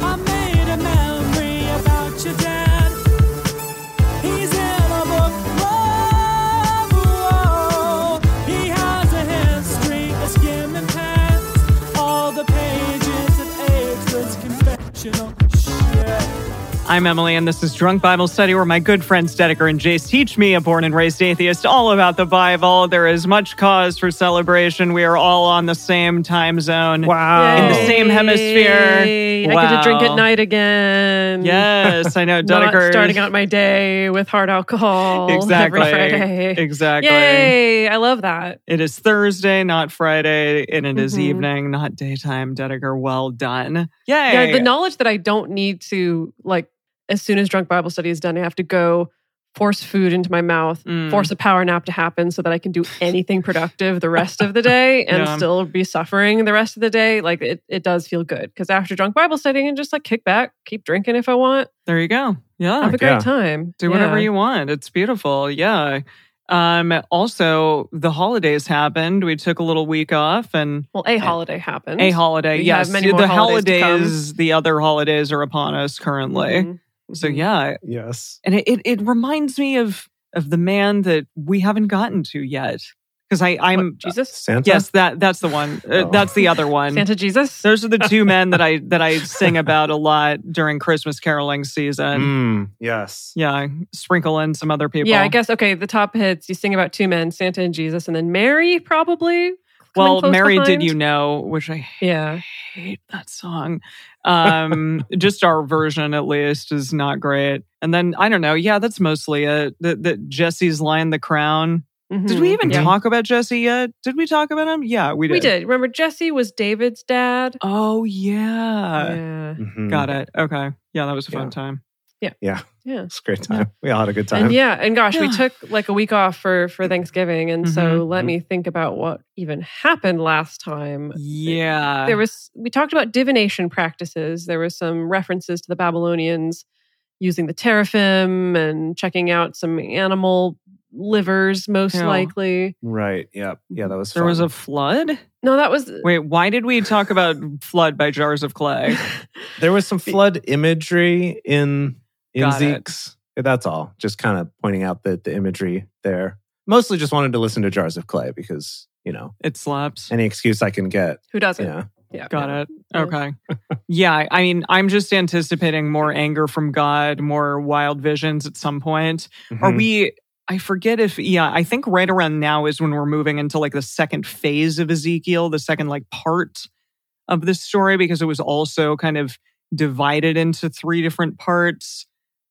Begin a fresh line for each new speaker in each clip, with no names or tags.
I made a memory about your dad. He's in a book. Whoa, whoa. He has a history of skimming past all the pages of Edward's confessional shit.
I'm Emily, and this is Drunk Bible Study, where my good friends Dedeker and Jace teach me, a born and raised atheist, all about the Bible. There is much cause for celebration. We are all on the same time zone.
Wow.
In the same hemisphere.
Oh. Yay. I get to drink
Wow.
at night again.
Yes, I know.
Not
Dedeker.
starting out my day with hard alcohol
Exactly.
every Friday.
Exactly.
Yay. I love that.
It is Thursday, not Friday, and it is
Mhm.
evening, not daytime. Dedeker, well done. Yay.
Yeah, the knowledge that I don't need to, like, as soon as drunk Bible study is done, I have to go force food into my mouth,
Mm.
force a power nap to happen so that I can do anything productive the rest of the day and
Yeah.
still be suffering the rest of the day. Like, it, it does feel good. Because after drunk Bible study, I can just, like, kick back, keep drinking if I want,
There you go. Oh, Yeah.
have a great
yeah.
time.
Do whatever
Yeah.
you want. It's beautiful. Yeah. Um, also, the holidays happened. We took a little week off and
Well, a holiday happened.
a holiday.
We
yes.
have many more
the
holidays to come.
the other holidays are upon us currently.
Mhm.
So,
Mhm.
yeah.
Yes.
And it, it, it reminds me of, of the man that we haven't gotten to yet. Because I, I'm,
What, Jesus,
Santa?
yes, that, that's the one. Uh,
Oh.
That's the other one.
Santa Jesus.
Those are the two men that I, that I sing about a lot during Christmas caroling season.
Mm, yes.
Yeah. Sprinkle in some other people.
Yeah, I guess okay. The top hits you sing about two men, Santa and Jesus, and then Mary probably. coming
Well,
close
Mary,
behind.
did you know? Which I
Yeah,
hate that song. Um, just our version, at least, is not great. And then I don't know. Yeah, that's mostly it. The, the Jesse's line, "The Crown." Did we
Mhm.
even
Yeah.
talk about Jesse yet? Did we talk about him? Yeah, we did.
We did. Remember, Jesse was David's dad.
Oh yeah.
yeah,
Mhm.
Got it. Okay. Yeah, that was a fun
Yeah.
time.
yeah,
It's a great time. We all had a good time.
and yeah, and gosh, we
Yeah.
took like a week off for for Thanksgiving, and so
Mhm.
let me think about what even happened last time.
Yeah.
there was we talked about divination practices there was some references to the babylonians using the teraphim and checking out some animal livers most
Yeah.
likely
Right. Yep. Yeah, that was
there was
fun.
a flood.
no that was
Wait, why did we talk about flood by Jars of Clay?
There was some flood imagery in in
Got it.
Zeke's. That's all. Just kind of pointing out the, the imagery there. Mostly just wanted to listen to Jars of Clay because, you know,
It slaps.
any excuse I can get.
who doesn't
Yeah.
yeah
Got it.
Yeah.
Okay. yeah. I mean, I'm just anticipating more anger from God, more wild visions at some point. Are
Mhm.
we, I forget if, yeah, I think right around now is when we're moving into like the second phase of Ezekiel, the second like part of this story, because it was also kind of divided into three different parts,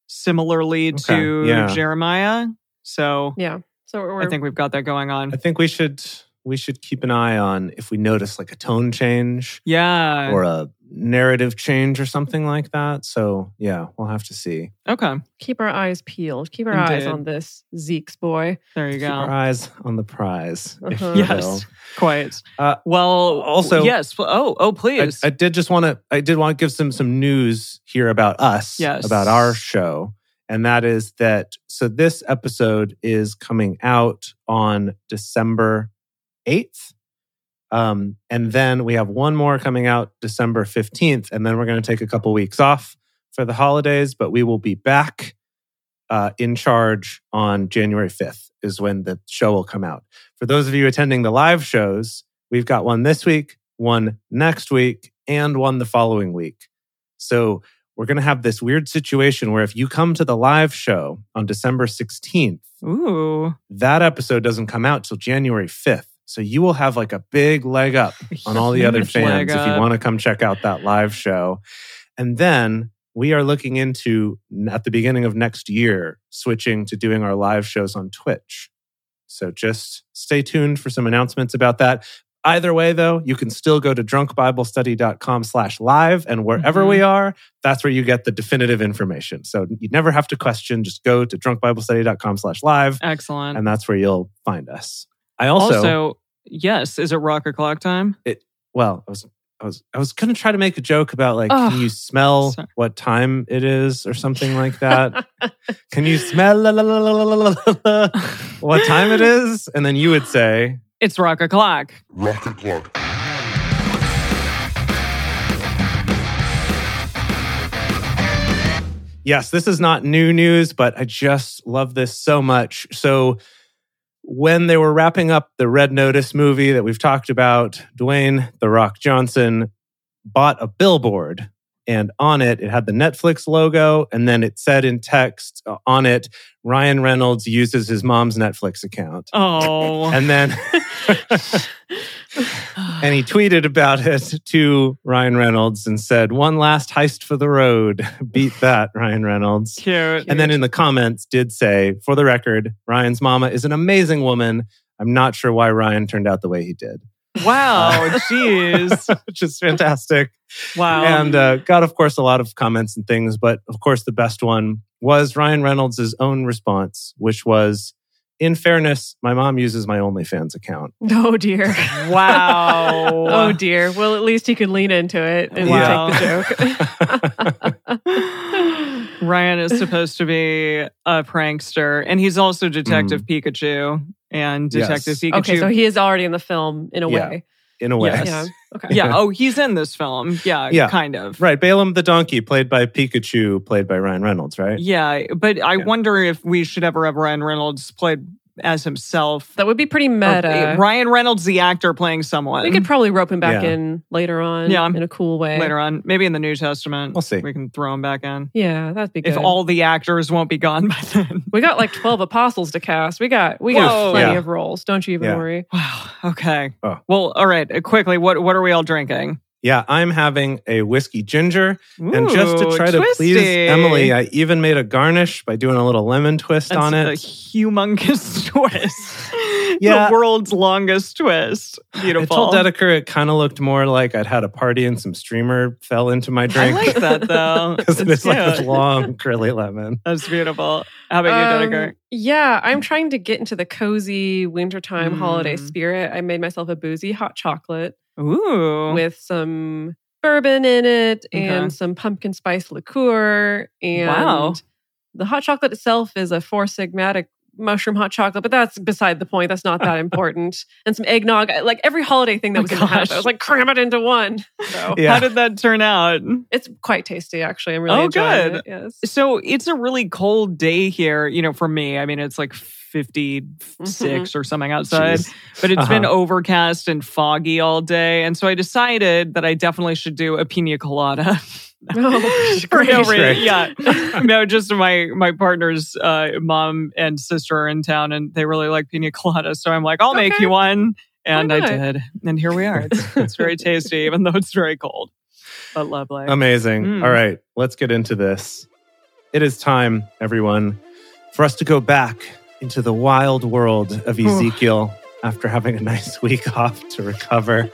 similarly to
Okay, yeah.
Jeremiah. So
yeah so we're
I think we've got that going on.
I think we should we should keep an eye on if we notice like a tone change
Yeah.
or a narrative change or something like that. So yeah, we'll have to see.
Okay.
keep our eyes peeled keep our eyes
Indeed.
on this zeke's boy
There you
Keep
go.
our eyes on the prize. if
Uh-huh.
you
Yes.
will.
Quite.
Uh,
well,
also-
yes. Oh, oh,
I,
please.
I did just want to I did want to give some some news here about us
Yes.
about our show and that is that so this episode is coming out on December 8th um and then we have one more coming out December 15th and then we're going to take a couple weeks off for the holidays but we will be back uh, in charge on January 5th is when the show will come out. For those of you attending the live shows, we've got one this week, one next week, and one the following week. So we're going to have this weird situation where if you come to the live show on December 16th,
Ooh,
that episode doesn't come out till January 5th. So you will have like a big leg up on all the other
Huge leg
fans if you
up.
want to come check out that live show. And then we are looking into at the beginning of next year switching to doing our live shows on Twitch. So just stay tuned for some announcements about that. Either way, though, you can still go to drunkbiblestudy.com slash live. And wherever
Mhm.
we are, that's where you get the definitive information. So you never have to question. Just go to drunkbiblestudy.com slash live.
Excellent.
And that's where you'll find us. I also,
yes, is it rock o'clock time?
well, I was, I was, I was going to try to make a joke about like,
Ugh.
can you smell
Sorry.
what time it is or something like that? can you smell la, la, la, la, la, la, la, la, what time it is? And then you would say,
It's rock o'clock.
Rock o'clock.
Yes, this is not new news, but I just love this so much. So, when they were wrapping up the Red Notice movie that we've talked about, Dwayne The Rock Johnson bought a billboard. And on it, it had the Netflix logo. And then it said in text uh, on it, Ryan Reynolds uses his mom's Netflix account.
Oh,
And then and he tweeted about it to Ryan Reynolds and said, One last heist for the road. Beat that, Ryan Reynolds.
cute.
And then in the comments did say, for the record, Ryan's mama is an amazing woman. I'm not sure why Ryan turned out the way he did,
Wow, jeez.
which is fantastic.
Wow.
and uh, got, of course, a lot of comments and things. But of course, the best one was Ryan Reynolds' own response, which was, in fairness, my mom uses my OnlyFans account.
oh dear.
wow.
Oh dear. Well, at least he could lean into it and
Wow.
take the joke.
Ryan is supposed to be a prankster, and he's also Detective Pikachu and
Mm. Yes.
Detective Pikachu.
okay, so he is already in the film in a
Yeah.
way.
In a way.
Yes.
Yeah. Okay.
yeah. Oh, he's in this film. Yeah.
Yeah.
Kind of.
Right. Balaam the donkey, played by Pikachu, played by Ryan Reynolds, right?
Yeah. But I
Yeah.
wonder if we should ever have Ryan Reynolds played as himself.
That would be pretty
Or,
meta.
uh, Ryan Reynolds, the actor, playing someone.
We could probably rope him back
Yeah.
in later on
Yeah.
in a cool way.
later on, maybe in the New Testament.
We'll see.
We can throw him back in.
Yeah, that'd be good.
If all the actors won't be gone by then.
we got like 12 apostles to cast. We got we got
Whoa.
plenty
Yeah.
of roles. Don't you even
Yeah.
worry.
Wow. Okay.
Oh.
Well, all right. uh, Quickly, what what are we all drinking?
Yeah, I'm having a whiskey ginger. And just to
Ooh,
try to please
twisty.
Emily, I even made a garnish by doing a little lemon twist
That's
on
A
it.
humongous twist.
Yeah.
The world's longest twist.
I
Beautiful.
told Dedeker it kind of looked more like I'd had a party and some streamer fell into my
I
drink
like that though.
because it
It's
is like this
cute.
long curly lemon.
That's beautiful. How about you,
Um,
Dedeker?
yeah, I'm trying to get into the cozy wintertime holiday
Mm.
spirit. I made myself a boozy hot chocolate
Um, Ooh.
with some bourbon in it
Okay.
and some pumpkin spice liqueur. And
Wow.
the hot chocolate itself is a four sigmatic mushroom hot chocolate, but that's beside the point. That's not that important. And some eggnog, like every holiday thing that
Oh,
was in the house,
gosh.
I was like, cram it into one. So
Yeah.
How did that turn out?
it's quite tasty, actually. I'm really
Oh,
enjoying
good.
it. Yes.
So it's a really cold day here, you know, for me. I mean, it's like 56 or something outside.
Jeez.
but it's been
Uh-huh.
overcast and foggy all day. And so I decided that I definitely should do a pina colada.
Oh,
For no
great.
reason. Yeah. no, just my my partner's uh, mom and sister are in town and they really like pina colada. So I'm like, I'll make
Okay.
you one. And I
not?
did. And here we are. It's, it's very tasty, even though it's very cold, but lovely.
Um, Amazing.
Mm.
All right, let's get into this. It is time, everyone, for us to go back into the wild world of Ezekiel after having a nice week off to recover.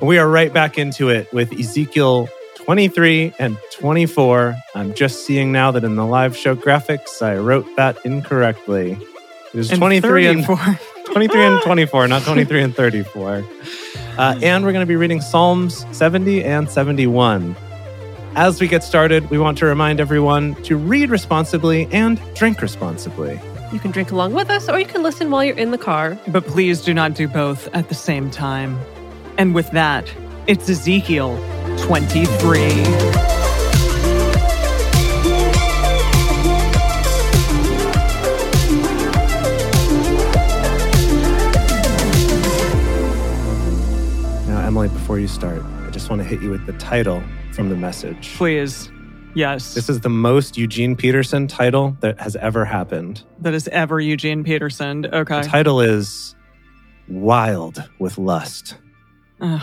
we are right back into it with Ezekiel 23 and 24. I'm just seeing now that in the live show graphics, I wrote that incorrectly. It is
And
23 and
34.
23 and 24, not 23 and 34. Uh, and we're going to be reading Psalms 70 and 71. As we get started, we want to remind everyone to read responsibly and drink responsibly.
You can drink along with us, or you can listen while you're in the car.
But please do not do both at the same time. And with that, it's Ezekiel 23.
Now, Emily, before you start, I just want to hit you with the title from the message.
Please. Yes.
This is the most Eugene Peterson title that has ever happened.
that is ever Eugene Peterson.
The
Okay.
title is Wild with Lust.
Ugh.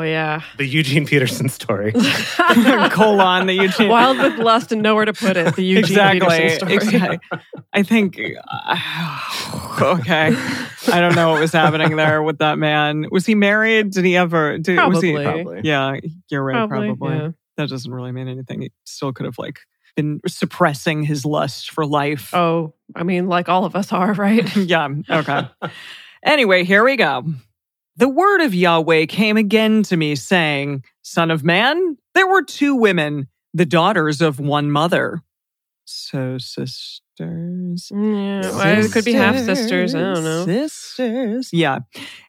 yeah.
The Eugene Peterson story.
colon the Eugene.
Wild with lust and nowhere to put it. The Eugene
exactly.
Peterson story.
Exactly. I think. uh, okay. I don't know what was happening there with that man. Was he married? Did he ever? Did, was he-
Probably.
Probably.
yeah, you're right. Probably.
yeah.
That doesn't really mean anything. He still could have like been suppressing his lust for life.
Oh, I mean, like all of us are, right?
yeah. Okay. anyway, here we go. The word of Yahweh came again to me, saying, Son of man, there were two women, the daughters of one mother. So, sisters.
Yeah, well, it could be half sisters. I don't know.
Sisters. Yeah.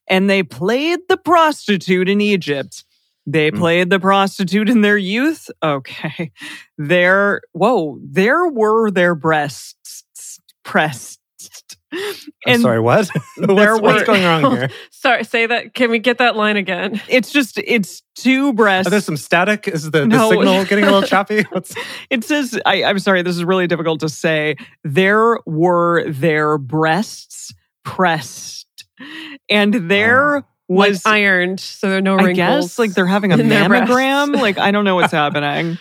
And they played the prostitute in Egypt. They
Hmm.
played the prostitute in their youth. Okay. There, whoa, there were their breasts pressed.
I'm sorry, what?
there
what's, what's
were-
going wrong here?
Sorry, say that. Can we get that line again?
It's just, it's two
Are
breasts.
Oh,
there some static? Is the, the
No.
signal getting a little choppy? What's,
It says, I, I'm sorry, this is really difficult to say. There were their breasts pressed. And there was
Oh. like ironed, so there are no
I
wrinkles.
guess like they're having a
in their breasts.
mammogram. Like I don't know what's happening.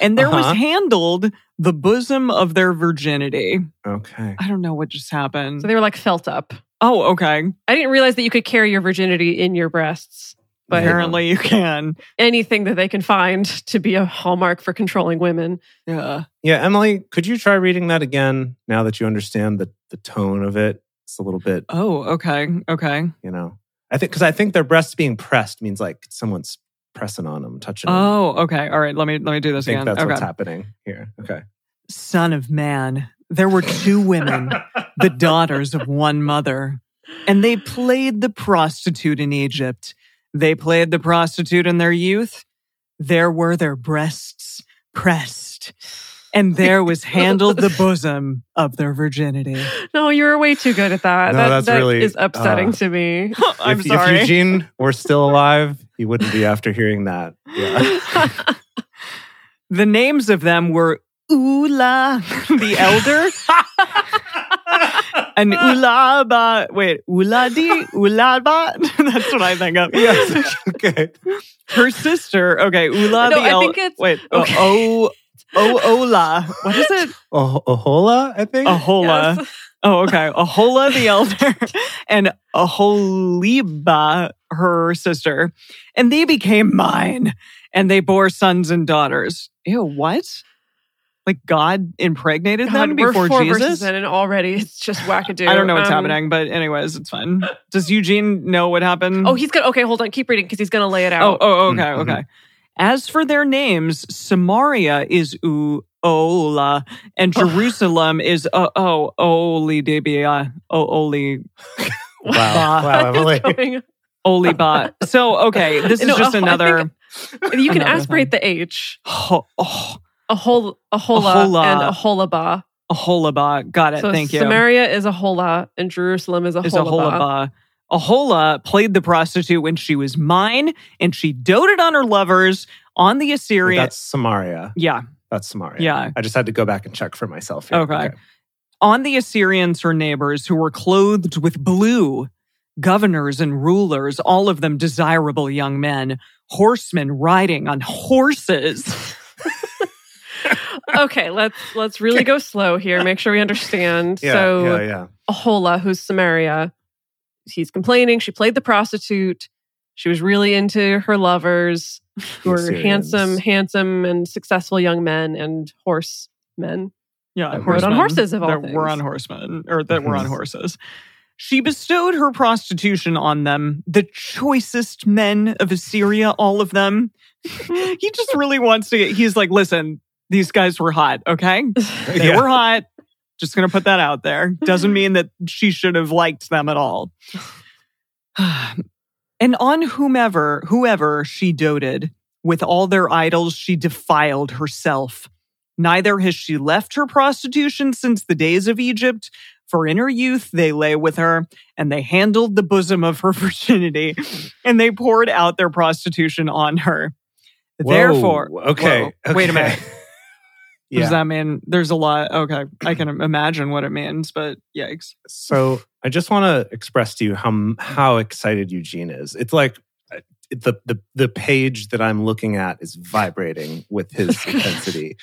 And there
Uh-huh.
was handled the bosom of their virginity.
okay.
I don't know what just happened.
so they were like felt up.
oh, okay.
I didn't realize that you could carry your virginity in your breasts. But
Apparently you can.
anything that they can find to be a hallmark for controlling women.
Yeah.
Yeah, Emily, could you try reading that again now that you understand the, the tone of it? It's a little bit,
Oh, okay. Okay.
you know. I think because I think their breasts being pressed means like someone's pressing on them, touching them.
Oh, okay. All right. Let me let me do
I
this
think
again.
that's
okay.
what's happening here. Okay.
Son of man, there were two women, the daughters of one mother, and they played the prostitute in Egypt. They played the prostitute in their youth. There were their breasts pressed, and there was handled the bosom of their virginity.
No, you were way too good at that.
No,
that
that's
that
really,
is upsetting
uh,
to me.
I'm
if,
sorry.
If Eugene were still alive, he wouldn't be after hearing that. Yeah.
the names of them were Ula the Elder. And Ulaba, wait, Uladi, Ulaba. That's what I think of.
yes. Okay.
Her sister, okay, Ula
No,
the
I
El-
think it's-
wait,
okay.
oh, oh, oh, Ola. What is it?
Oh, Ohola, I think.
Ahola.
Yes.
Oh, okay. Ahola the elder and Aholiba, her sister. And they became mine and they bore sons and daughters. Ew, what? Like God impregnated
God,
them
we're
before
four
Jesus?
verses in and already it's just wackadoo.
I don't know what's
Um,
happening, but anyways, it's fine. Does Eugene know what happened?
Oh, he's gonna okay. Hold on, keep reading because he's gonna lay it
Oh,
out. Mm-hmm.
oh, okay,
Mm, mhm.
okay. As for their names, Samaria is Uola, and Jerusalem is uh, oh Oli Debia, oh Oli
Wow. Wow, Emily.
Oliba. So okay, this is
No, oh,
just
I
another
you can
Another
aspirate the H.
ho, oh,
A whole, a hola,
hola.
and a holaba.
Aholaba. Got it.
So
thank you.
Samaria is a hola, and Jerusalem is a
is Aholaba. Ahola played the prostitute when she was mine, and she doted on her lovers on the Assyrian.
That's Samaria.
yeah,
That's Samaria.
yeah.
I just had to go back and check for myself. Here.
Okay. on the Assyrians, her neighbors, who were clothed with blue, governors and rulers, all of them desirable young men, horsemen riding on horses.
okay, let's let's really go slow here. Make sure we understand.
Yeah,
so
yeah, yeah.
Ahola, who's Samaria, he's complaining. She played the prostitute. She was really into her lovers, who were
Assyrians.
handsome, handsome, and successful young men and horse men.
Yeah,
That rode on
horsemen.
horses of all
that were
things. Mm-hmm.
on horsemen or that were on horses. She bestowed her prostitution on them, the choicest men of Assyria, all of them. he just really wants to get, he's like, listen, these guys were hot, okay? They
Yeah.
were hot. Just going to put that out there. Doesn't mean that she should have liked them at all. and on whomever, whoever she doted, with all their idols, she defiled herself. Neither has she left her prostitution since the days of Egypt, for in her youth they lay with her, and they handled the bosom of her virginity, and they poured out their prostitution on her.
Whoa.
Therefore,
okay,
Whoa. wait
okay.
a minute. What
yeah.
Does that mean there's a lot? Okay, I can imagine what it means, but yikes!
so I just want to express to you how how excited Eugene is. It's like uh, the the the page that I'm looking at is vibrating with his intensity.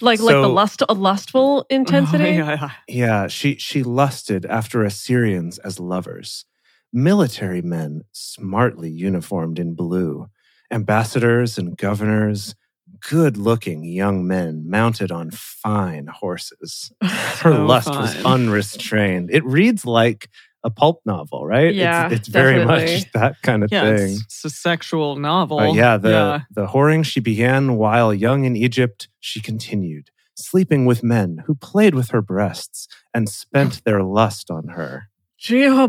like like the
So-
lust a lustful
Oh,
intensity.
yeah.
Yeah, she she lusted after Assyrians as lovers, military men smartly uniformed in blue, ambassadors and governors, good-looking young men mounted on fine horses. Her
So
lust was
fine.
unrestrained. It reads like a pulp novel, right? It's-
Yeah,
it's, very
definitely.
much that kind of
Yeah,
thing.
it's, it's a sexual novel.
Uh, yeah, the the whoring she began while young in Egypt, she continued, sleeping with men who played with her breasts and spent their lust on her.
Gee, oh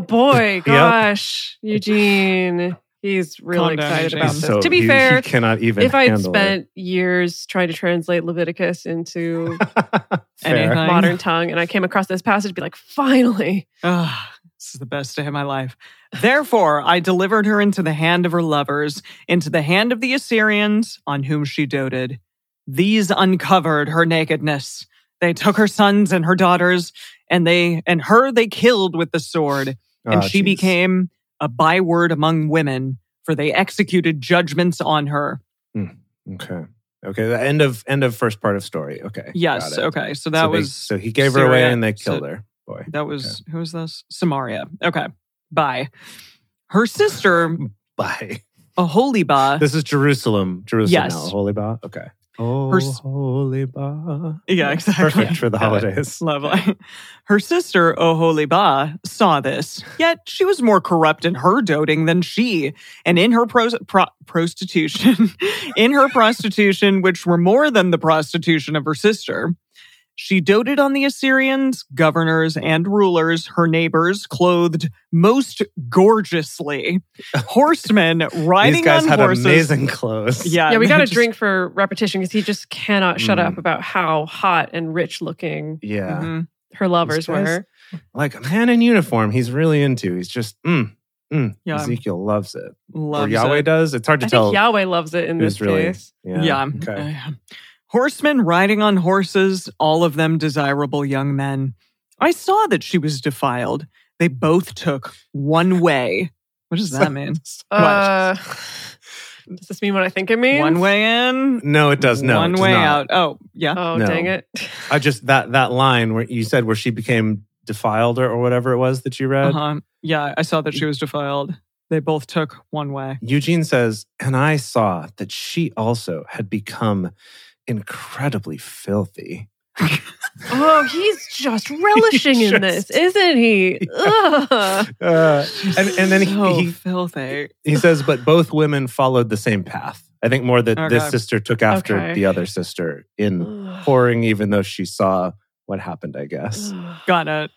boy,
Yep.
gosh, Eugene, he's
Calm
really
down,
excited
Eugene.
about
He's
this.
so-
to be
he-
fair,
he cannot even.
if I'd
handle it.
spent years trying to translate Leviticus into
Fair.
Anything.
modern tongue and I came across this passage, be like, finally,
Ah, this is the best day of my life. Therefore, I delivered her into the hand of her lovers, into the hand of the Assyrians, on whom she doted. These uncovered her nakedness. They took her sons and her daughters, and they and her they killed with the sword, and
Ah,
she
jeez.
became a byword among women, for they executed judgments on her.
okay. Okay, the end of end of first part of story. Okay.
Yes,
got it.
okay. So
So
that
they-
was
so he gave her away
Syria.
and they
So-
killed her. Boy.
that was who was this? Samaria. Okay. Bye. Her sister,
Bye.
Aholiba.
This is Jerusalem. Jerusalem
Yes.
now. Holy Ba. Okay. Oh,
s-
Holy Ba.
Yeah, exactly.
Perfect for the
Got it.
holidays.
Lovely. Her sister, Oholiba, saw this, yet she was more corrupt in her doting than she, and in her pros- pro- prostitution, in her prostitution, which were more than the prostitution of her sister. She doted on the Assyrians, governors, and rulers, her neighbors, clothed most gorgeously. Horsemen riding
These guys
on
had
horses.
amazing clothes.
yeah,
yeah, we
they
got to
just-
drink for repetition because he just cannot shut
Uh, Mm.
up about how hot and rich looking
Yeah.
Mhm.
her
These
lovers
guys-
were.
like a man in uniform he's really into. He's just, mm, mm.
Yeah.
Ezekiel loves it.
Loves
or Yahweh
it.
does. It's hard to
I
tell
think Yahweh loves it in this
who's really.
case.
Yeah.
Yeah.
Okay.
Uh, Horsemen riding on horses, all of them desirable young men. I saw that she was defiled. They both took one way. What does that mean?
Uh, does this mean what I think it means?
One way in,
No, it does. No, it
one
does
way
not.
out. Oh, yeah.
Oh,
No.
dang it.
I just that that line where you said where she became defiled or, or whatever it was that you read.
Uh-huh. Yeah, I saw that she was defiled. They both took one way.
Eugene says, and I saw that she also had become incredibly filthy.
Oh, he's just relishing in
just-
this, isn't he? Ugh.
Uh, and and then he-
so
he,
filthy.
he says, but both women followed the same path. I think more that this
Okay.
sister took after
Okay. Mm.
the other sister in
Ugh.
pouring, even though she saw what happened, I guess.
Mm.
Got it.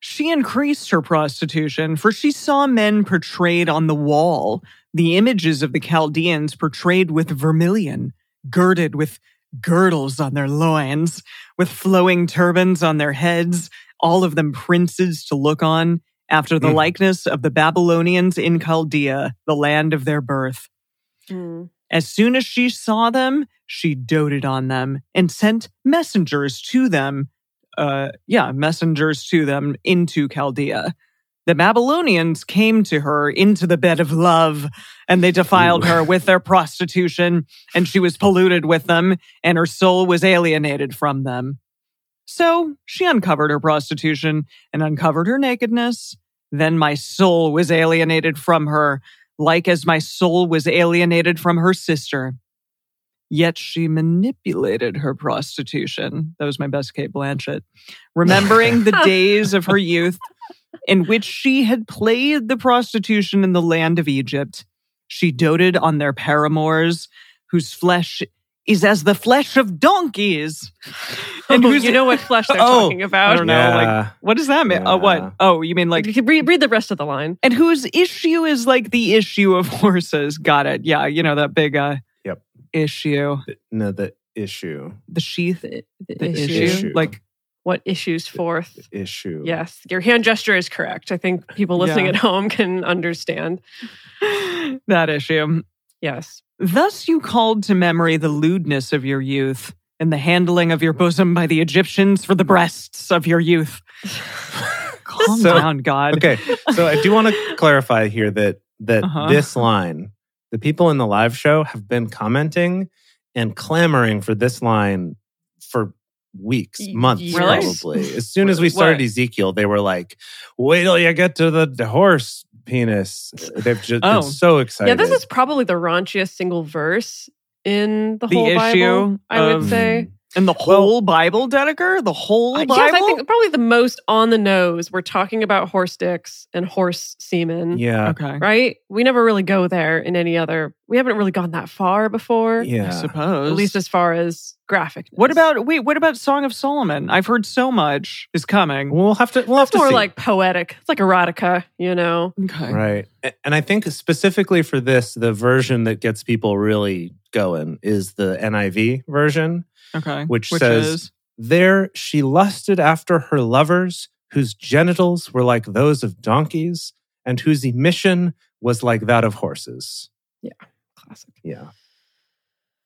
She increased her prostitution, for she saw men portrayed on the wall, the images of the Chaldeans portrayed with vermilion, girded with girdles on their loins, with flowing turbans on their heads, all of them princes to look on, after the
Mhm.
likeness of the Babylonians in Chaldea, the land of their birth.
Mm.
As soon as she saw them, she doted on them and sent messengers to them. Uh, yeah, messengers to them into Chaldea. The Babylonians came to her into the bed of love, and they defiled
Ooh.
her with their prostitution, and she was polluted with them, and her soul was alienated from them. So she uncovered her prostitution and uncovered her nakedness. Then my soul was alienated from her, like as my soul was alienated from her sister. Yet she manipulated her prostitution. That was my best Kate Blanchett. Remembering the days of her youth in which she had played the prostitution in the land of Egypt, she doted on their paramours, whose flesh is as the flesh of donkeys. And
Oh,
whose,
you know what flesh they're
Oh,
talking about.
I don't know.
Yeah.
Like, what does that mean? Oh,
Yeah.
what? Oh, you mean like
Like, read, read the rest of the line.
and whose issue is like the issue of horses. Got it. Yeah, you know that big uh
Yep.
issue.
The- no, the issue.
The sheath
The, the
the issue.
issue.
issue.
Like
What issues forth?
Issue.
Yes, your hand gesture is correct. I think people listening
Yeah.
at home can understand.
that issue.
Yes.
Thus you called to memory the lewdness of your youth and the handling of your bosom by the Egyptians for the breasts of your youth. Calm
So-
down, God.
Okay. So I do want to clarify here that that
Uh-huh.
this line the people in the live show have been commenting and clamoring for this line for weeks,
Y-
months,
years.
Really?
probably. As soon as we started
What?
Ezekiel, they were like, "Wait till you get to the, the horse penis." Uh, They've just
Oh.
been so excited.
Yeah, this is probably the raunchiest single verse in the,
The
whole Bible.
issue
I would
of-
say.
And the
Well-
whole Bible, Dedeker? The whole
Uh,
Bible?
Yes, I think probably the most on the nose. We're talking about horse dicks and horse semen,
yeah,
okay.
right? We never really go there in any other. We haven't really gone that far before,
I
yeah.
suppose.
at least as far as graphic.
What about wait? What about Song of Solomon? I've heard so much is coming.
We'll have to. We'll have to
It's more
see.
like poetic. It's like erotica, you know.
Okay.
Right. A- And I think specifically for this, the version that gets people really going is the NIV version.
Okay.
Which says- There she lusted after her lovers, whose genitals were like those of donkeys and whose emission was like that of horses.
Classic.
Yeah.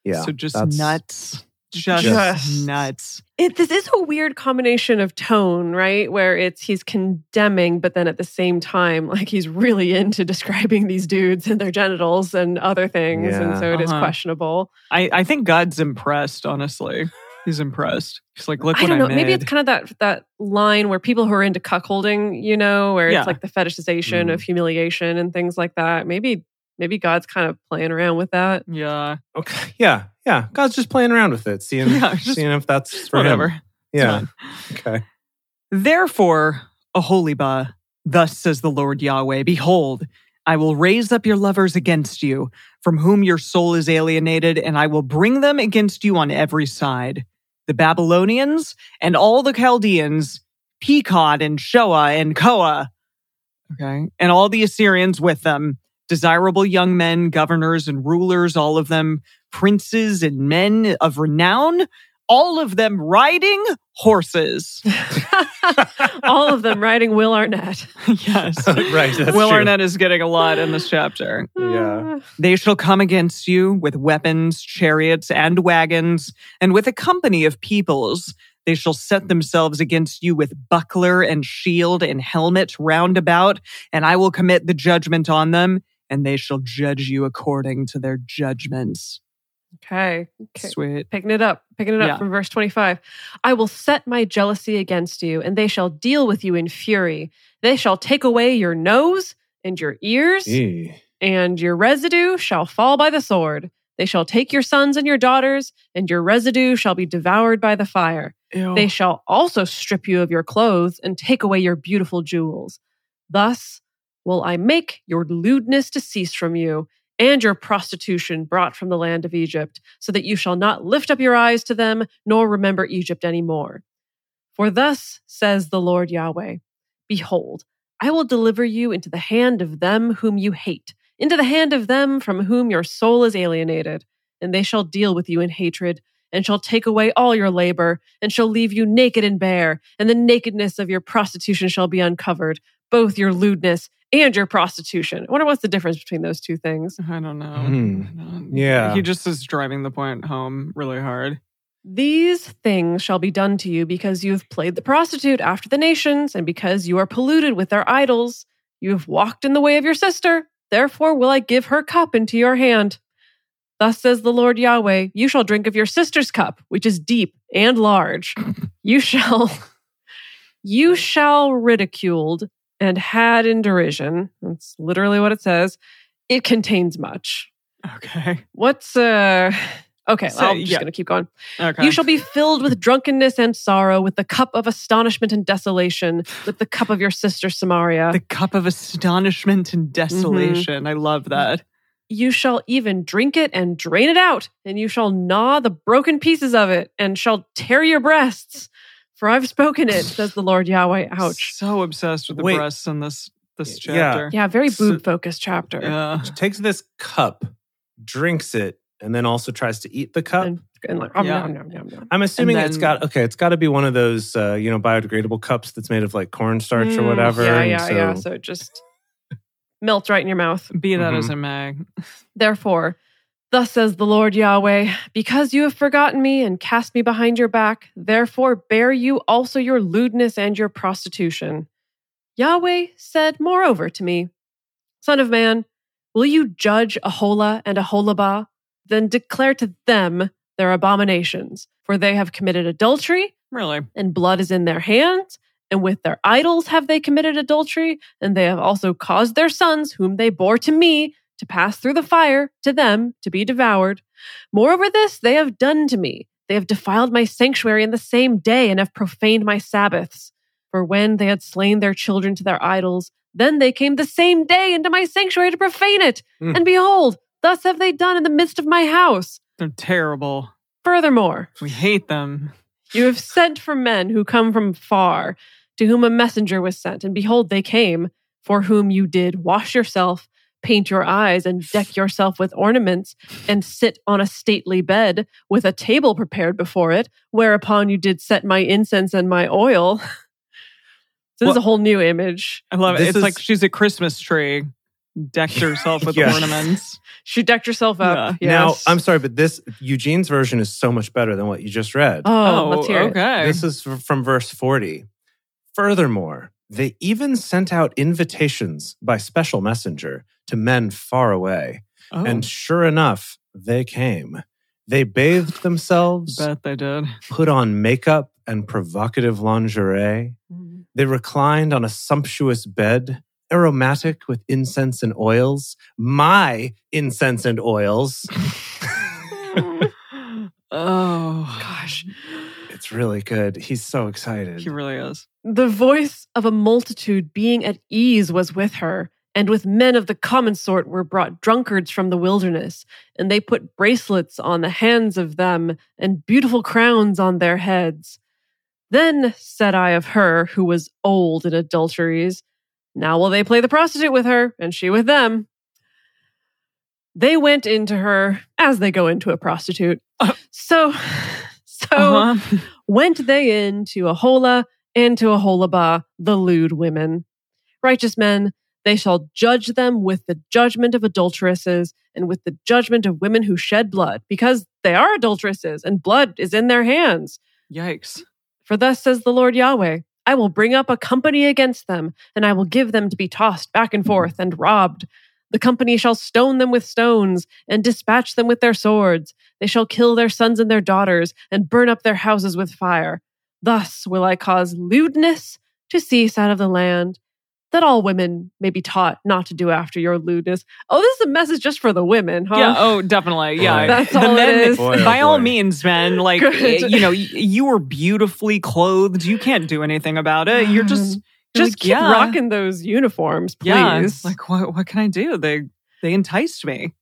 Yeah.
so just
that's-
nuts. Just,
Just-
nuts.
It, this is a weird combination of tone, right? Where it's he's condemning, but then at the same time, like he's really into describing these dudes and their genitals and other things, and
Yeah.
so it is
Uh-huh.
questionable.
I, I think God's impressed, honestly. He's impressed. He's like, look
I
what
don't
I
know.
made.
Maybe it's kind of that that line where people who are into cuckolding, you know, where
Yeah.
it's like the fetishization
Mm.
of humiliation and things like that. Maybe maybe God's kind of playing around with that.
yeah.
Okay. Yeah. Yeah. God's just playing around with it, seeing,
Yeah, just-
seeing if that's for him.
Whatever. It's
Yeah.
fine.
Okay.
Therefore, Aholibah, thus says the Lord Yahweh, behold, I will raise up your lovers against you, from whom your soul is alienated, and I will bring them against you on every side. The Babylonians and all the Chaldeans, Pekod and Shoah and Koah, okay, and all the Assyrians with them, desirable young men, governors and rulers, all of them, princes and men of renown, all of them riding horses.
All of them writing Will Arnett.
yes.
right. That's
Will
true.
Arnett is getting a lot in this chapter.
Ah,
Yeah.
They shall come against you with weapons, chariots, and wagons, and with a company of peoples. They shall set themselves against you with buckler and shield and helmet round about, and I will commit the judgment on them, and they shall judge you according to their judgments.
Okay. Okay.
Sweet.
Picking it up, picking it up
Yeah.
from verse 25. I will set my jealousy against you, and they shall deal with you in fury. They shall take away your nose and your ears,
Eee.
and your residue shall fall by the sword. They shall take your sons and your daughters, and your residue shall be devoured by the fire. They shall also strip you of your clothes and take away your beautiful jewels. Thus will I make your lewdness to cease from you and your prostitution brought from the land of Egypt, so that you shall not lift up your eyes to them nor remember Egypt any more. For thus says the Lord Yahweh Behold, I will deliver you into the hand of them whom you hate, into the hand of them from whom your soul is alienated, and they shall deal with you in hatred and shall take away all your labor, and shall leave you naked and bare, and the nakedness of your prostitution shall be uncovered, both your lewdness and your prostitution. I wonder what's the difference between those two things.
I don't know.
Hmm.
I don't-
Yeah.
He just is driving the point home really hard.
These things shall be done to you because you have played the prostitute after the nations, and because you are polluted with their idols. You have walked in the way of your sister. Therefore will I give her cup into your hand. Thus says the Lord Yahweh, you shall drink of your sister's cup, which is deep and large. You shall you shall ridiculed and had in derision. That's literally what it says. It contains much.
Okay.
What's uh Okay,
So,
I'm just
yeah.
gonna keep going.
Okay.
You shall be filled with drunkenness and sorrow, with the cup of astonishment and desolation, with the cup of your sister Samaria.
the cup of astonishment and
Mm-hmm.
desolation. I love that.
you shall even drink it and drain it out, and you shall gnaw the broken pieces of it, and shall tear your breasts. For I've spoken it, says the Lord Yahweh. Ouch.
So obsessed with the
Wait.
breasts in this this
Yeah.
chapter.
Yeah, very
So-
boob focused chapter.
Yeah.
Takes this cup, drinks it, and then also tries to eat the cup.
And, and like, om
Yeah.
nom, nom, nom, nom.
I'm assuming it's
then-
got okay. It's got to be one of those uh, you know biodegradable cups that's made of like cornstarch or
Mm,
whatever.
Yeah,
and
yeah,
so,
yeah. So it just melts right in your mouth.
Be that as
Mhm.
it may.
Therefore, thus says the Lord Yahweh, because you have forgotten me and cast me behind your back, therefore bear you also your lewdness and your prostitution. Yahweh said moreover to me, Son of man, Will you judge Ahola and Aholabah? Then declare to them their abominations, for they have committed adultery,
Really?
and blood is in their hands, and with their idols have they committed adultery, and they have also caused their sons, whom they bore to me, to pass through the fire to them to be devoured. Moreover, this they have done to me. They have defiled my sanctuary in the same day and have profaned my Sabbaths. For when they had slain their children to their idols, then they came the same day into my sanctuary to profane it.
Mm.
And behold, thus have they done in the midst of my house.
They're terrible.
Furthermore,
We hate them.
you have sent for men who come from far, to whom a messenger was sent, and behold, they came, for whom you did wash yourself, paint your eyes, and deck yourself with ornaments, and sit on a stately bed with a table prepared before it, whereupon you did set my incense and my oil. so this is
Well-
a whole new image.
I love it.
This
It's
is-
like she's a Christmas tree, decked herself with
Yeah.
ornaments.
She decked herself up. yes.
Now, I'm sorry, but this Eugene's version is so much better than what you just read.
Oh, let's hear it.
okay.
This is f- from verse 40. Furthermore, they even sent out invitations by special messenger to men far away.
oh,
And sure enough, they came. They bathed themselves,
bet they did.
put on makeup and provocative lingerie.
Mm-hmm.
They reclined on a sumptuous bed, aromatic with incense and oils, my incense and oils.
oh
Gosh.
It's really good. He's so excited.
he really is.
The voice of a multitude being at ease was with her, and with men of the common sort were brought drunkards from the wilderness, and they put bracelets on the hands of them, and beautiful crowns on their heads. Then said I of her, who was old in adulteries, Now will they play the prostitute with her, and she with them. They went into her as they go into a prostitute. So, so
Uh-huh.
went they in to Ahola and to Aholabah, the lewd women. Righteous men, they shall judge them with the judgment of adulteresses and with the judgment of women who shed blood, because they are adulteresses and blood is in their hands.
Yikes.
For thus says the Lord Yahweh I will bring up a company against them, and I will give them to be tossed back and forth and robbed. The company shall stone them with stones, and dispatch them with their swords. They shall kill their sons and their daughters, and burn up their houses with fire. Thus will I cause lewdness to cease out of the land, that all women may be taught not to do after your lewdness. Oh, this is a message just for the women, huh?
Yeah. Oh, definitely. Yeah.
Boy.
That's
the
all it
men,
is.
Boy, oh
by all
boy.
means, men, like, eh,
Good.
you know, y- you were beautifully clothed. You can't do anything about it. You're just, Um,
Just
like,
keep
yeah.
rocking those uniforms, please.
yeah. it's Like, what, what can I do? They, they enticed me.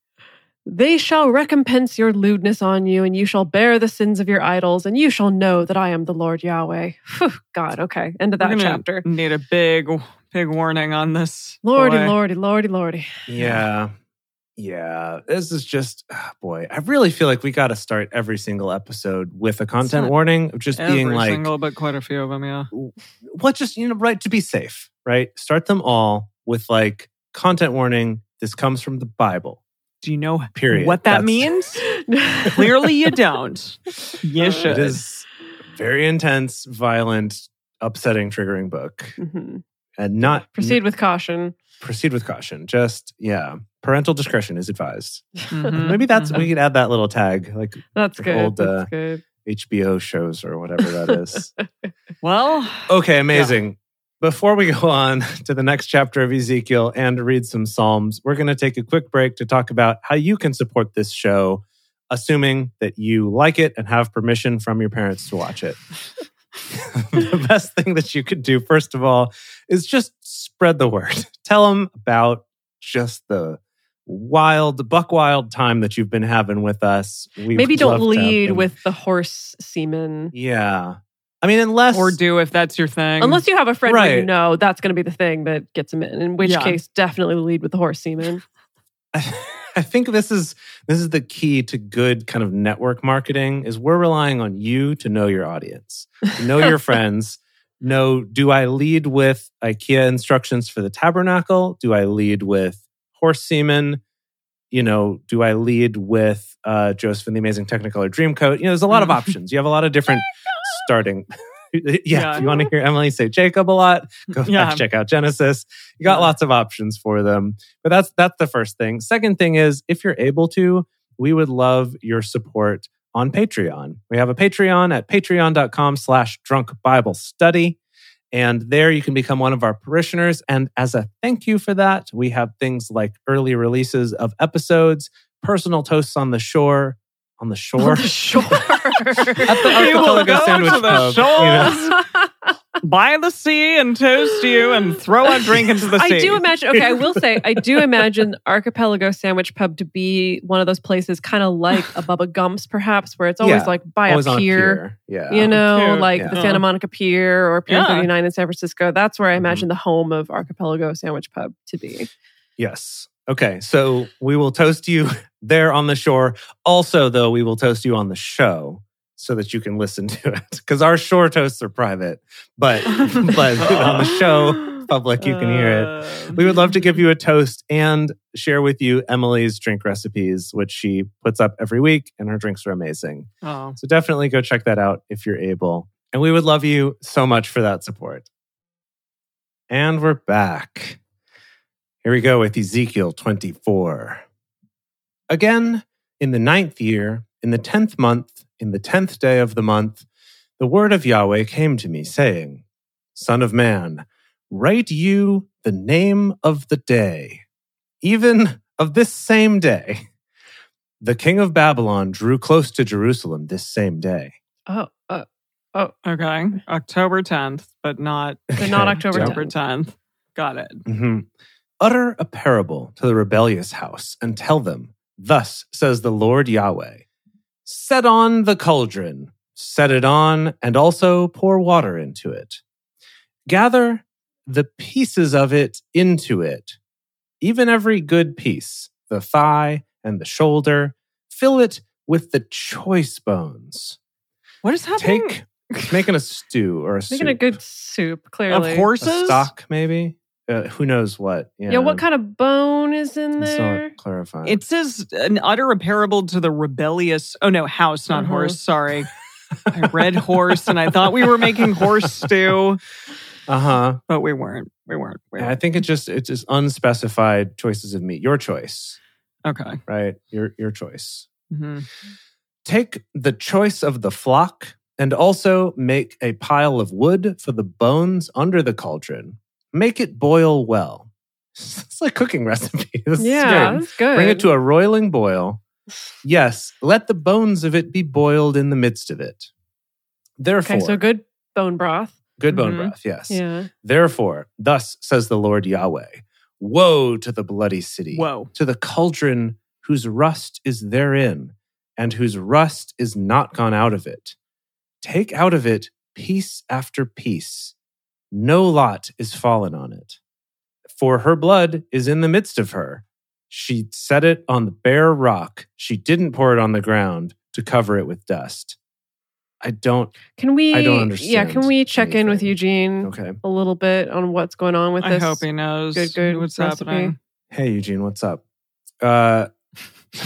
They shall recompense your lewdness on you, and you shall bear the sins of your idols, and you shall know that I am the Lord Yahweh. Phew, God, okay. End of
We're
that
gonna
chapter.
Need a big, big warning on this.
Lordy,
boy.
lordy, lordy, lordy.
Yeah. Yeah. This is just, ah, boy, I really feel like we got to start every single episode with a content
not
warning of just
Every
being like,
single, but quite a few of them. Yeah.
what just, you know, right to be safe, right? Start them all with like content warning. This comes from the Bible,
Do you know
period.
what that
That's-
means? Clearly, you don't. You should.
It is a very intense, violent, upsetting, triggering book.
Mhm.
And not
Proceed with caution.
proceed with caution. Just, yeah, parental discretion is advised.
Mhm,
Maybe that's,
mhm.
we could add that little tag, like
That's
Like
good.
old, uh,
That's good.
HBO shows or whatever that is.
well.
okay, amazing. Before we go on to the next chapter of Ezekiel and read some Psalms, we're going to take a quick break to talk about how you can support this show, assuming that you like it and have permission from your parents to watch it. the best thing that you could do, first of all, is just spread the word. Tell them about just the wild, the buck wild time that you've been having with us. We
Maybe
would love
don't
to have
lead
them-
with the horse semen.
Yeah. I mean, unless
Or do if that's your thing.
Unless you have a friend where you
Right.
know that's going to be the thing that gets him in, in which
Yeah.
case, definitely lead with the horse semen.
I think this is this is the key to good kind of network marketing is we're relying on you to know your audience, to know your friends. Know do I lead with IKEA instructions for the tabernacle? Do I lead with horse semen? You know, do I lead with uh, Joseph and the Amazing Technicolor Dreamcoat? You know, there's a lot of
Mm.
options. You have a lot of different starting. yeah,
Yeah.
if you want to hear Emily say Jacob a lot, go back
Yeah.
check out Genesis. You got
Yeah.
lots of options for them. But that's that's the first thing. Second thing is if you're able to, we would love your support on Patreon. We have a Patreon at patreon.com slash drunk Bible study. And there you can become one of our parishioners. And as a thank you for that, we have things like early releases of episodes, personal toasts on the shore, on the shore.
On the shore.
At the
We will
Archipelago
go
Sandwich
to the
Pub, you know.
by the sea and toast you and throw a drink into the sea.
I do imagine. Okay, I will say I do imagine Archipelago Sandwich Pub to be one of those places, kind of like a Bubba Gump's, perhaps, where it's always
Yeah,
like by
Always
a
on a
pier.
pier. Yeah.
You know,
Cute.
like the
Yeah.
Santa Monica Pier or Pier
Yeah.
39 in San Francisco. That's where I
Mm-hmm.
imagine the home of Archipelago Sandwich Pub to be.
Yes. Okay. So we will toast you there on the shore. Also, though, we will toast you on the show so that you can listen to it because our shore toasts are private, but but on the show, public, you can hear it.
it.
We would love to give you a toast and share with you Emily's drink recipes, which she puts up every week, and her drinks are amazing.
Oh.
So definitely go check that out if you're able. And we would love you so much for that support. And we're back. Here we go with Ezekiel 24. Again, in the ninth year, in the tenth month, in the tenth day of the month, the word of Yahweh came to me, saying, Son of man, write you the name of the day, even of this same day. The king of Babylon drew close to Jerusalem this same day.
Oh, uh,
Okay. October 10th, oh. but not
But not October
Don't-
10th.
October 10th. Got it.
Mhm. Utter a parable to the rebellious house and tell them, Thus says the Lord Yahweh Set on the cauldron, set it on, and also pour water into it. Gather the pieces of it into it, even every good piece, the thigh and the shoulder. Fill it with the choice bones.
What is happening?
Take, it's making a stew or a soup.
making a good soup,
of
clearly.
a
horses?
stock, maybe. Uh, who knows what?
Yeah, what kind of bone is in
It's
there?
not clarifying.
It says an utter a parable to the rebellious. Oh no, house, not
Mhm.
horse. Sorry. I read horse and I thought we were making horse stew,
uh huh.
but we weren't. We weren't. We
I
weren't.
think it just it's just unspecified choices of meat. Your choice,
Okay.
right? Your your choice.
hmm
Take the choice of the flock, and also make a pile of wood for the bones under the cauldron. Make it boil well. It's like cooking recipe. This is
yeah,
great.
that's good.
Bring it to a roiling boil. Yes, let the bones of it be boiled in the midst of it. Therefore,
Okay, so good bone broth.
good bone
Mhm.
broth. Yes.
Yeah.
Therefore, thus says the Lord Yahweh Woe to the bloody city,
Whoa.
to the cauldron whose rust is therein, and whose rust is not gone out of it. Take out of it piece after piece. No lot is fallen on it. For her blood is in the midst of her. She set it on the bare rock. She didn't pour it on the ground to cover it with dust. I don't.
Can we?
I don't
Yeah,
understand
can we check in with
anything.
Eugene
Okay.
a little bit on what's going on with
I
this?
hope he knows
good- good
what's
recipe.
happening.
Hey, Eugene, what's up? Uh,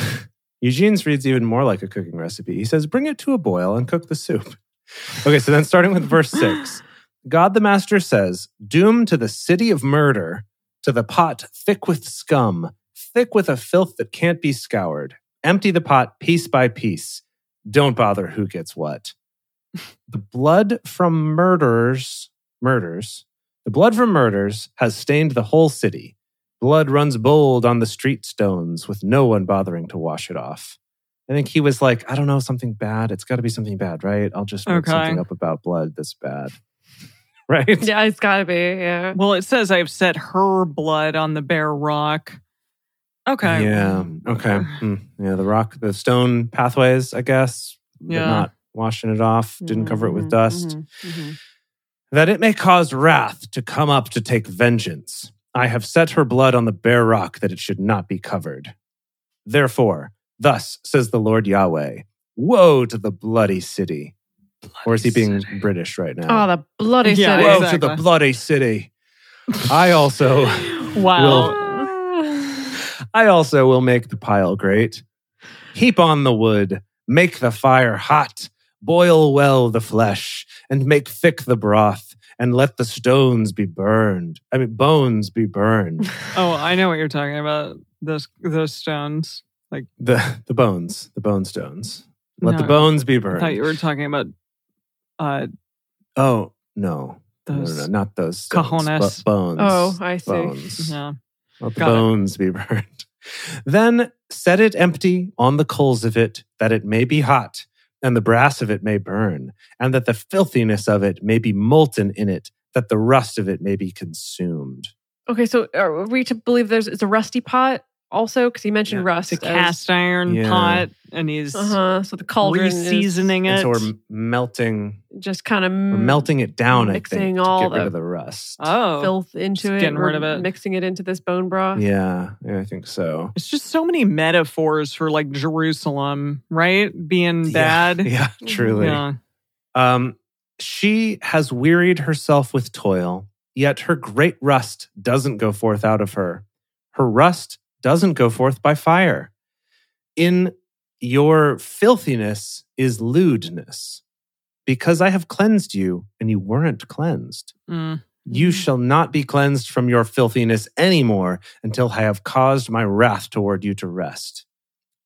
Eugene's reads even more like a cooking recipe. He says, Bring it to a boil and cook the soup. Okay, so then starting with verse six God the Master says, Doom to the city of murder, to the pot thick with scum, thick with a filth that can't be scoured. Empty the pot piece by piece. Don't bother who gets what. The blood from murderers, murders, the blood from murders has stained the whole city. Blood runs bold on the street stones with no one bothering to wash it off. I think he was like, I don't know, something bad. It's got to be something bad, right? I'll just make
Okay.
something up about blood that's bad. right?
Yeah, it's got to be. Yeah.
Well, it says I've set her blood on the bare rock. Okay. Mm.
Yeah. Okay. Hmm. Yeah. The rock, the stone pathways, I guess, but
Yeah. Mm-hmm,
not washing it off, didn't cover it with
Mhm,
dust.
mhm, mhm.
that it may cause wrath to come up to take vengeance. I have set her blood on the bare rock that it should not be covered. Therefore, thus says the Lord Yahweh Woe to the bloody city. or is he being
Bloody city.
British right now?
Oh, the bloody
Yeah,
city.
Woe
exactly.
to the bloody city. I also
Mm-hmm.
Wow.
I also will make the pile great. Heap on the wood, make the fire hot, Boil well the flesh and make thick the broth and let the stones be burned. I mean, bones be burned.
Oh, I know what you're talking about. Those those stones.
The, the bones, the bone stones. Let
No,
the bones be
I thought
burned.
you were talking about uh
oh, no. No, no,
those.
no, not those. Stones, but
Cajones.
bones.
Oh, I see.
Bones.
Yeah.
Let the
Got it.
bones be burned. Then set it empty on the coals of it, that it may be hot, and the brass of it may burn, and that the filthiness of it may be molten in it, that the rust of it may be consumed.
Okay, so are we to believe there's it's a rusty pot also because he mentioned
Yeah,
rust.
It's a cast iron
Yeah.
pot and he's
Uh huh. So the cauldron is
re-seasoning
And
it. Mm.
so we're m- melting,
just kind of
we're melting it down, I
mixing
think, to
all
get rid
the
of the rust.
oh.
filth into it.
getting
we're
rid of it.
mixing it into this bone broth.
yeah, yeah, I think so.
It's just so many metaphors for like Jerusalem, right? Being
Yeah,
bad.
Yeah, truly. Um, she has wearied herself with toil, yet her great rust doesn't go forth out of her. Her rust doesn't go forth by fire. In your filthiness is lewdness, because I have cleansed you and you weren't cleansed.
Mm.
You
Mhm.
shall not be cleansed from your filthiness anymore until I have caused my wrath toward you to rest.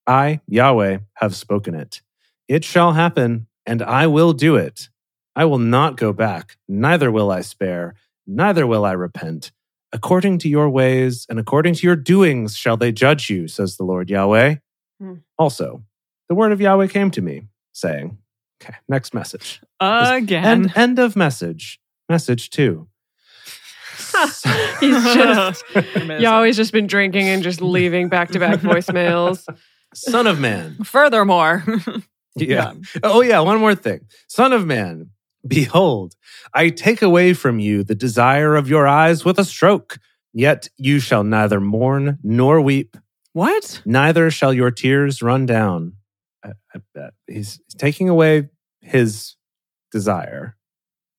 I, Yahweh, have spoken it. It shall happen, and I will do it. I will not go back, neither will I spare, neither will I repent. According to your ways and according to your doings shall they judge you, says the Lord Yahweh.
Hmm.
Also, the word of Yahweh came to me, saying, Okay, next message.
Again.
End, end of message. Message two.
He's just
Amazing.
Yahweh's just been drinking and just leaving back to back voicemails.
Son of man.
Furthermore,
Yeah. Oh, yeah. One more thing. Son of man, behold, I take away from you the desire of your eyes with a stroke, yet you shall neither mourn nor weep,
what?
neither shall your tears run down. I, I bet he's taking away his desire.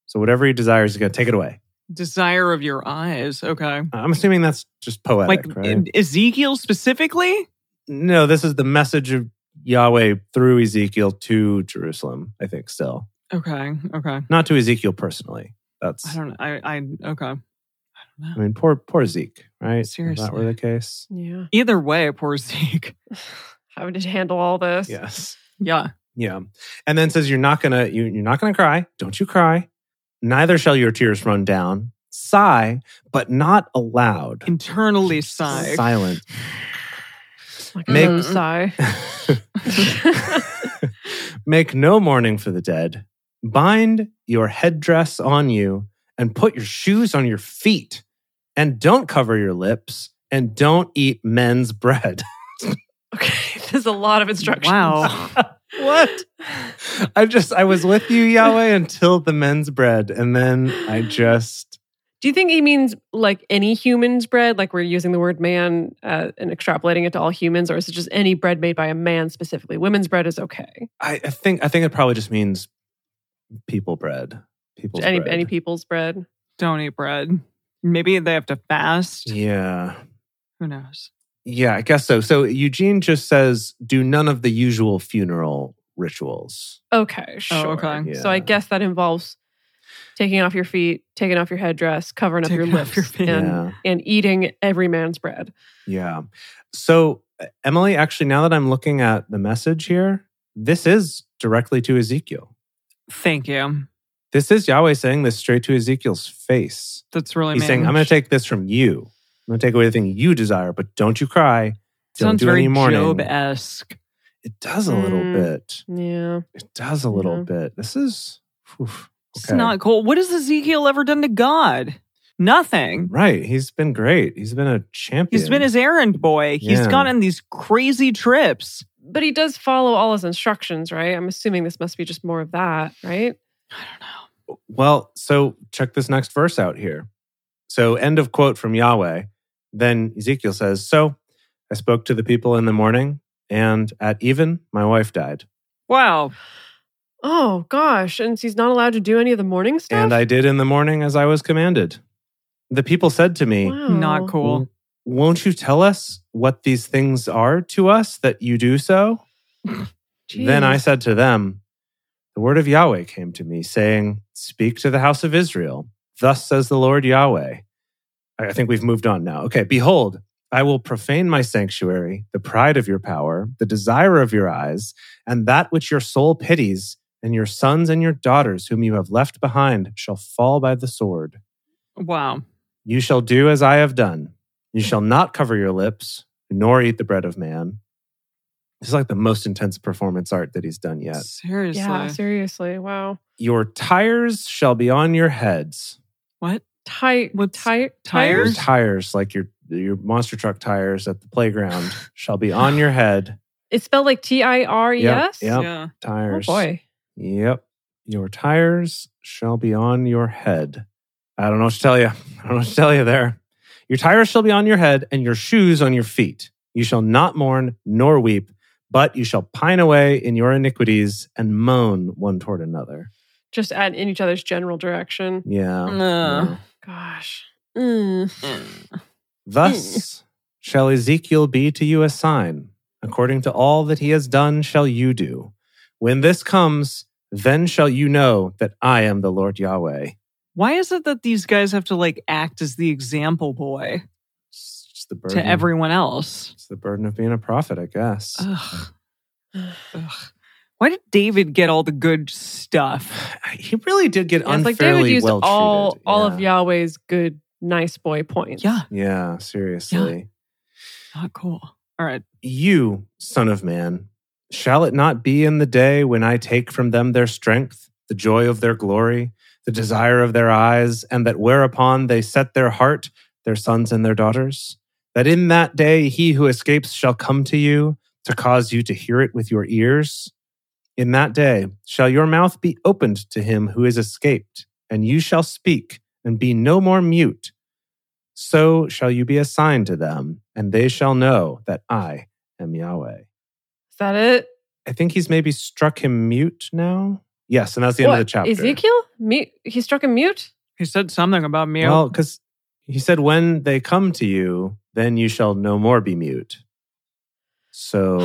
So, whatever he desires, he's going to take it away.
Desire of your eyes. Okay.
I'm assuming that's just poetic,
Like
right?
E- Ezekiel specifically?
No, this is the message of Yahweh through Ezekiel to Jerusalem, I think, still.
Okay. Okay.
Not to Ezekiel personally.
I
That's, I,
don't I I okay.
mean, poor, poor Zeke, right? If
Seriously.
that were the case.
yeah.
Either way, poor Zeke.
How did you handle all this?
Yes.
Yeah.
Yeah. And then says, You're not going to, you, you're not going to cry. Don't you cry. Neither shall your tears run down. Sigh, but not aloud.
Internally sigh.
Silent.
Like
Make-
a sigh.
Make no mourning for the dead. Bind your headdress on you and put your shoes on your feet. And don't cover your lips and don't eat men's bread.
Okay, there's a lot of instructions.
Wow.
what? I just, I was with you, Yahweh, until the men's bread. And then I just,
Do you think he means like any human's bread? Like we're using the word man uh, and extrapolating it to all humans, or is it just any bread made by a man specifically? Women's bread is okay.
I, I think, I think it probably just means people bread. People
Any
bread.
any people's bread.
Don't eat bread. Maybe they have to fast.
Yeah.
Who knows?
Yeah, I guess so. So Eugene just says, do none of the usual funeral rituals.
Okay, sure.
Oh, okay.
Yeah.
So I guess that involves taking off your feet, taking off your headdress, covering up your
Taking off
lips,
your feet.
and
yeah.
and eating every man's bread.
Yeah. So uh, Emily, actually, now that I'm looking at the message here, this is directly to Ezekiel.
Thank you.
This is Yahweh saying this straight to Ezekiel's face.
That's really
He's saying,
mean.
I'm going to take this from you. I'm going to take away the thing you desire, but don't you cry. Don't
Sounds
do
very
any mourning.
Job esque.
It does a little
Mm.
bit.
Yeah.
It does a little bit. This is oof,
It's
okay.
not cool. What has Ezekiel ever done to God? Nothing.
right. He's been great. He's been a champion.
He's been his errand boy. He's
Yeah.
gone on these crazy trips.
But he does follow all his instructions, right? I'm assuming this must be just more of that, right?
Well, so check this next verse out here. So, end of quote from Yahweh. Then Ezekiel says, So I spoke to the people in the morning, and at even, my wife died.
Wow.
Oh gosh. And he's not allowed to do any of the morning stuff.
And I did in the morning as I was commanded. The people said to me,
Wow.
Not cool.
Won't you tell us what these things are to us that you do so? Then I
Jeez.
said to them, The The word of Yahweh came to me, saying, Speak to the house of Israel. Thus says the Lord Yahweh. I I think we've moved on now. Okay, behold, I will profane my sanctuary, the pride of your power, the desire of your eyes, and that which your soul pities, and your sons and your daughters whom you have left behind shall fall by the sword. Mm.
Wow.
You shall do as I have done. You shall not cover your lips, nor eat the bread of man. This is like the most intense performance art that he's done yet.
Seriously.
Yeah, seriously. Wow.
Your tires shall be on your heads.
what?
Tire
What's-
tire
Your
tires?
Tires?
tires, like your your monster truck tires at the playground, shall be on your head.
It's spelled like T I R E S.
Yep.
Yeah.
Oh
Tires.
boy.
Yep. Your tires shall be on your head. I don't know what to tell you. I don't know what to tell you there. Your tires shall be on your head and your shoes on your feet. You shall not mourn nor weep, but you shall pine away in your iniquities and moan one toward another.
Just at in each other's general direction.
Yeah.
Uh-huh.
No.
Yeah.
Gosh. Mm.
Thus shall Ezekiel be to you a sign. According to all that he has done, shall you do. When this comes, then shall you know that I am the Lord Yahweh.
Why is it that these guys have to like act as the example boy
It's just the burden.
to everyone else?
It's the burden of being a prophet, I guess.
Uh,
Ugh. Ugh. Why did David get all the good stuff?
he really did get
Yeah, it's like
unfairly
David used
well
all
treated.
all of
yeah.
Yahweh's good nice boy points.
Yeah,
Yeah, seriously.
not cool. All right.
You, son of man, shall it not be in the day when I take from them their strength, the joy of their glory, the desire of their eyes, and that whereupon they set their heart, their sons and their daughters? That in that day he who escapes shall come to you to cause you to hear it with your ears? In that day shall your mouth be opened to him who is escaped, and you shall speak and be no more mute. So shall you be a sign to them, and they shall know that I am Yahweh.
Is that it?
I think he's maybe struck him mute now. Yes, and that's the end of the chapter.
Ezekiel? Mute he struck him mute?
He said something about me.
Well, because he said, when they come to you, then you shall no more be mute. So,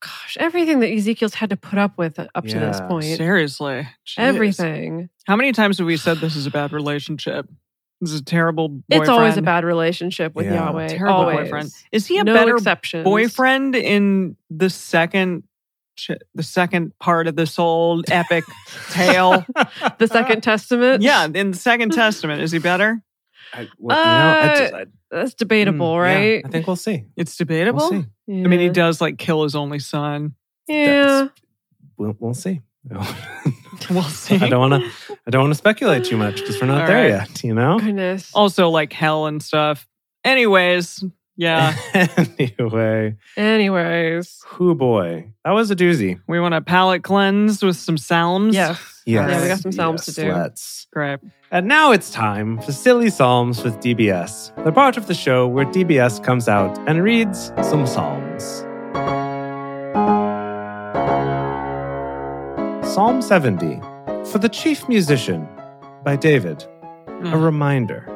Gosh, everything that Ezekiel's had to put up with uh, up to this
Yeah.
point.
Seriously. Jeez.
Everything.
How many times have we said this is a bad relationship? This is a terrible boyfriend.
It's always a bad relationship with
Yeah.
Yahweh.
terrible
always.
boyfriend. Is he a
no
better
exceptions.
boyfriend in the second ch- the second part of this whole epic tale?
The Second Testament.
yeah, in the Second Testament, is he better?
I, well, you know, I
Uh,
just- I-
that's debatable,
mm, yeah,
right?
I think we'll see.
It's
We'll
debatable.
see.
Yeah.
I mean, he does like kill his only son.
Yeah.
We'll, we'll see.
We'll see.
I don't want to. I don't want to speculate too much because we're not
All
there
right.
yet. You know.
Goodness.
Also, like hell and stuff. Anyways, yeah,
anyway,
Anyways.
who boy, that was a doozy.
we want a palate cleanse with some psalms.
Yes.
Yes.
Yeah, we got some psalms to
yes,
do.
Let's.
great.
And now it's time for Silly Psalms with DBS, the part of the show where DBS comes out and reads some psalms. Psalm 70 For the Chief Musician by David, a
Mm.
reminder.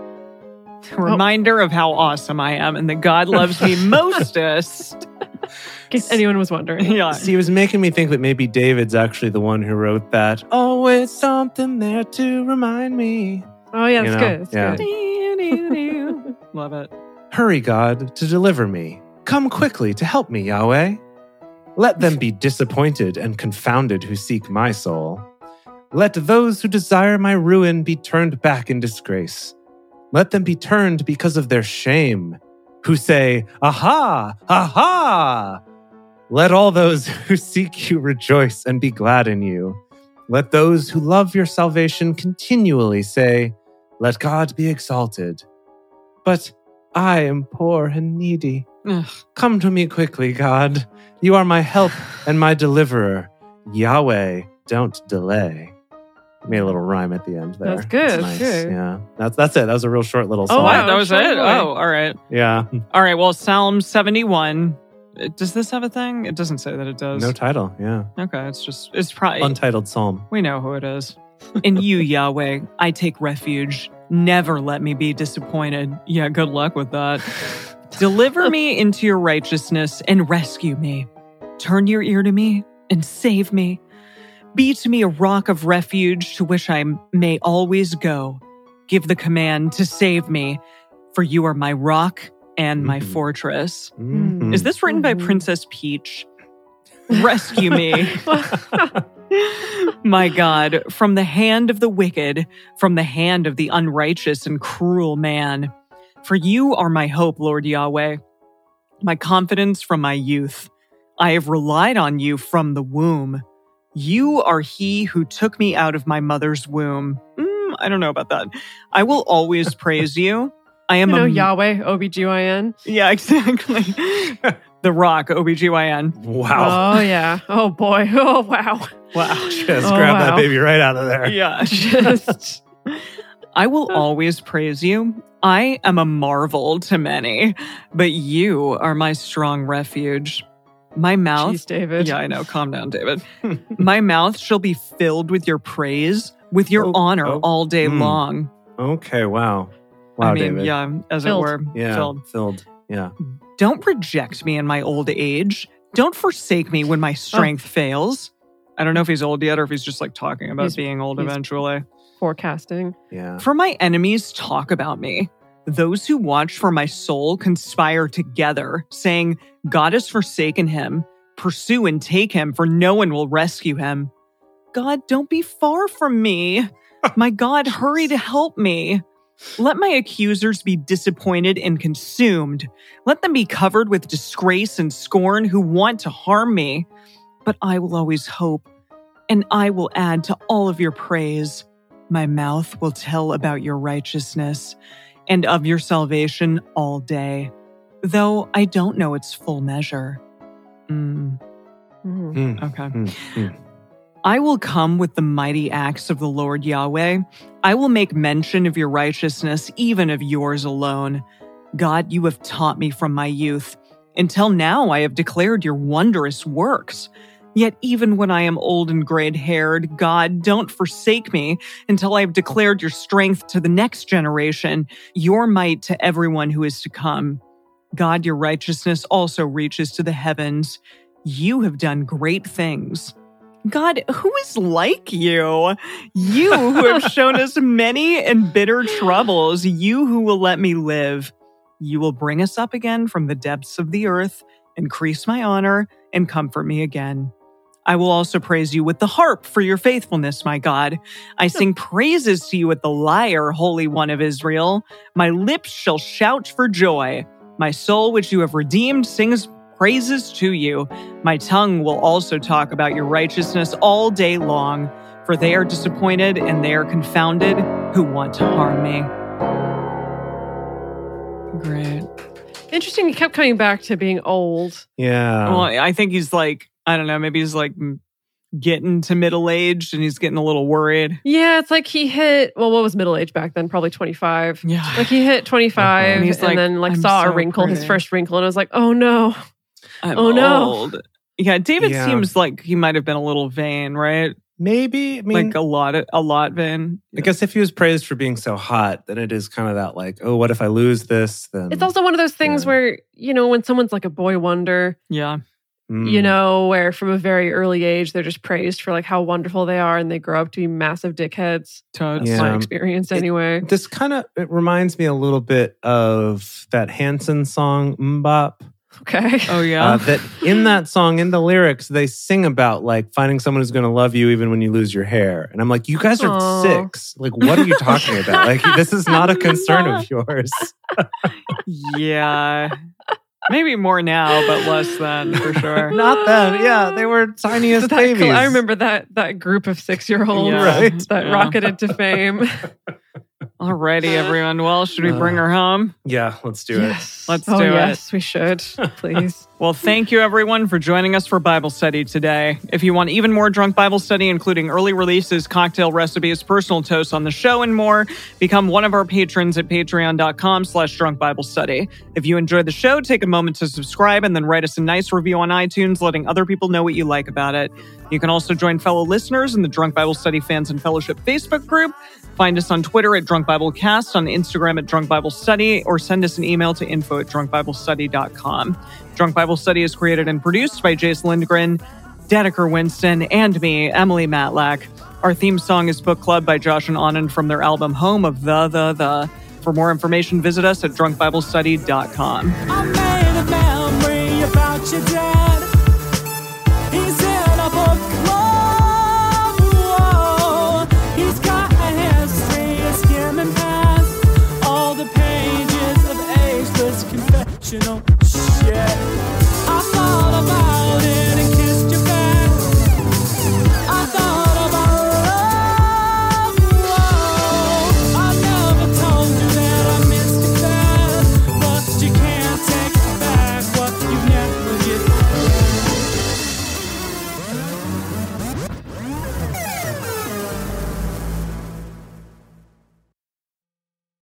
Reminder of how awesome I am and that God loves me mostest.
In case anyone was wondering.
Yeah.
See, it was making me think that maybe David's actually the one who wrote that. Always something there to remind me.
Oh yeah,
You
that's
know,
good. That's
yeah.
good.
Love it.
Hurry, God, to deliver me. Come quickly to help me, Yahweh. Let them be disappointed and confounded who seek my soul. Let those who desire my ruin be turned back in disgrace. Let them be turned because of their shame, who say, Aha! Aha! Let all those who seek you rejoice and be glad in you. Let those who love your salvation continually say, Let God be exalted. But I am poor and needy.
Ugh.
Come to me quickly, God. You are my help and my deliverer. Yahweh, don't delay. Made a little rhyme at the end there.
That's good,
It's
that's good.
Yeah, that's that's it. That was a real short little song.
Oh, wow.
that was
sure
it.
boy.
Oh, all right.
Yeah,
All right. Well, Psalm 71. Uh, Does this have a thing? It doesn't say that it does.
no title. Yeah,
okay. It's just, it's probably,
untitled psalm.
we know who it is. In you, Yahweh, I take refuge. Never let me be disappointed. Yeah, good luck with that. Deliver me into your righteousness and rescue me. Turn your ear to me and save me. Be to me a rock of refuge to which I may always go. Give the command to save me, for you are my rock and my
Mhm.
fortress.
Mhm.
Is this written by
Mhm.
Princess Peach? Rescue me. My God, from the hand of the wicked, from the hand of the unrighteous and cruel man. For you are my hope, Lord Yahweh, my confidence from my youth. I have relied on you from the womb. You are he who took me out of my mother's womb. Mm, I don't know about that. I will always praise you. I
you
am
know,
a
Yahweh, OBGYN.
yeah, exactly. the Rock, OBGYN.
Mm-hmm. wow.
Oh, yeah. Oh, boy. Oh, wow.
Wow.
Just
oh,
grab that
wow.
baby right out of there.
Yeah.
Just.
I will
Uh.
always praise you. I am a marvel to many, but you are my strong refuge. My mouth.
Jeez, David.
Yeah, I know. Calm down, David. my mouth shall be filled with your praise, with your
Oh,
honor
oh,
all day
mm.
long.
Okay. Wow. Wow,
I mean,
David.
yeah, as
Filled.
it were.
Yeah.
Filled.
Filled. Yeah.
Don't reject me in my old age. Don't forsake me when my strength fails. I don't know if he's old yet or if he's just like talking about
He's-
being old
he's-
eventually.
Forecasting.
Yeah.
For my enemies talk about me. Those who watch for my soul conspire together, saying, God has forsaken him. Pursue and take him, for no one will rescue him. God, don't be far from me. My God, hurry to help me. Let my accusers be disappointed and consumed. Let them be covered with disgrace and scorn who want to harm me. But I will always hope, and I will add to all of your praise. My mouth will tell about your righteousness and of your salvation all day, though I don't know its full measure. Mm,
Mm.
Mm.
okay.
Hmm, hmm.
I will come with the mighty acts of the Lord Yahweh. I will make mention of your righteousness, even of yours alone. God, you have taught me from my youth. Until now, I have declared your wondrous works. Yet, even when I am old and gray haired, God, don't forsake me until I have declared your strength to the next generation, your might to everyone who is to come. God, your righteousness also reaches to the heavens. You have done great things. God, who is like you? You who have shown us many and bitter troubles, you who will let me live. You will bring us up again from the depths of the earth, increase my honor, and comfort me again. I will also praise you with the harp for your faithfulness, my God. I sing praises to you with the lyre, Holy One of Israel. My lips shall shout for joy. My soul, which you have redeemed, sings praises to you. My tongue will also talk about your righteousness all day long, for they are disappointed and they are confounded who want to harm me. Great.
Interesting. He kept coming back to being old.
Yeah.
Well, I think he's like, I don't know, maybe he's like m- getting to middle aged and he's getting a little worried.
Yeah, it's like he hit, well, what was middle age back then? Probably 25.
Yeah.
Like he hit 25
Uh-huh.
and,
And
he's like,
then like
"I'm
saw
so
a wrinkle, his
pretty."
first wrinkle, and I was like, oh no.
I'm
oh, no.
old. Yeah, David
Yeah.
seems like he might have been a little vain, right?
Maybe. I mean,
like a lot, a lot vain.
I guess if he was praised for being so hot, then it is kind of that like, oh, what if I lose this? Then
It's also one of those things
Um, Yeah.
where, you know, when someone's like a boy wonder,
yeah,
Mm.
you know, where from a very early age they're just praised for like how wonderful they are and they grow up to be massive dickheads.
totes.
That's my
Yeah.
experience
It-
anyway.
This kind of it reminds me a little bit of that Hanson song Mbop.
okay.
Oh yeah,
Uh, that in that song, in the lyrics, they sing about like finding someone who's going to love you even when you lose your hair. And I'm like, you guys are
Aw.
six. Like, what are you talking about? Like, this is not a concern of yours.
yeah. Maybe more now, but less then for sure.
Not them. Yeah, they were tiniest
That col-
babies.
I remember that that group of six year olds
Yeah.
Right.
that
Yeah.
rocketed to fame.
Alrighty, everyone. Well, should we bring
Uh.
her home?
Yeah, let's do it.
yes.
Let's
oh,
do it.
Yes, we should. Please.
Well, thank you everyone for joining us for Bible study today. If you want even more drunk Bible study, including early releases, cocktail recipes, personal toasts on the show, and more, become one of our patrons at patreon.com slash drunk Bible study. If you enjoyed the show, take a moment to subscribe and then write us a nice review on iTunes, letting other people know what you like about it. You can also join fellow listeners in the Drunk Bible Study Fans and Fellowship Facebook group. Find us on Twitter at Drunk Bible Cast, on Instagram at Drunk Bible Study, or send us an email to info at drunkbiblestudy.com. Drunk Bible Study is created and produced by Jace Lindgren. Dedeker Winston, and me, Emily Matlack. Our theme song is Book Club by Josh and Anand from their album Home of The The The. For more information, visit us at drunkbiblestudy.com.
I made a memory about your dad. Oh,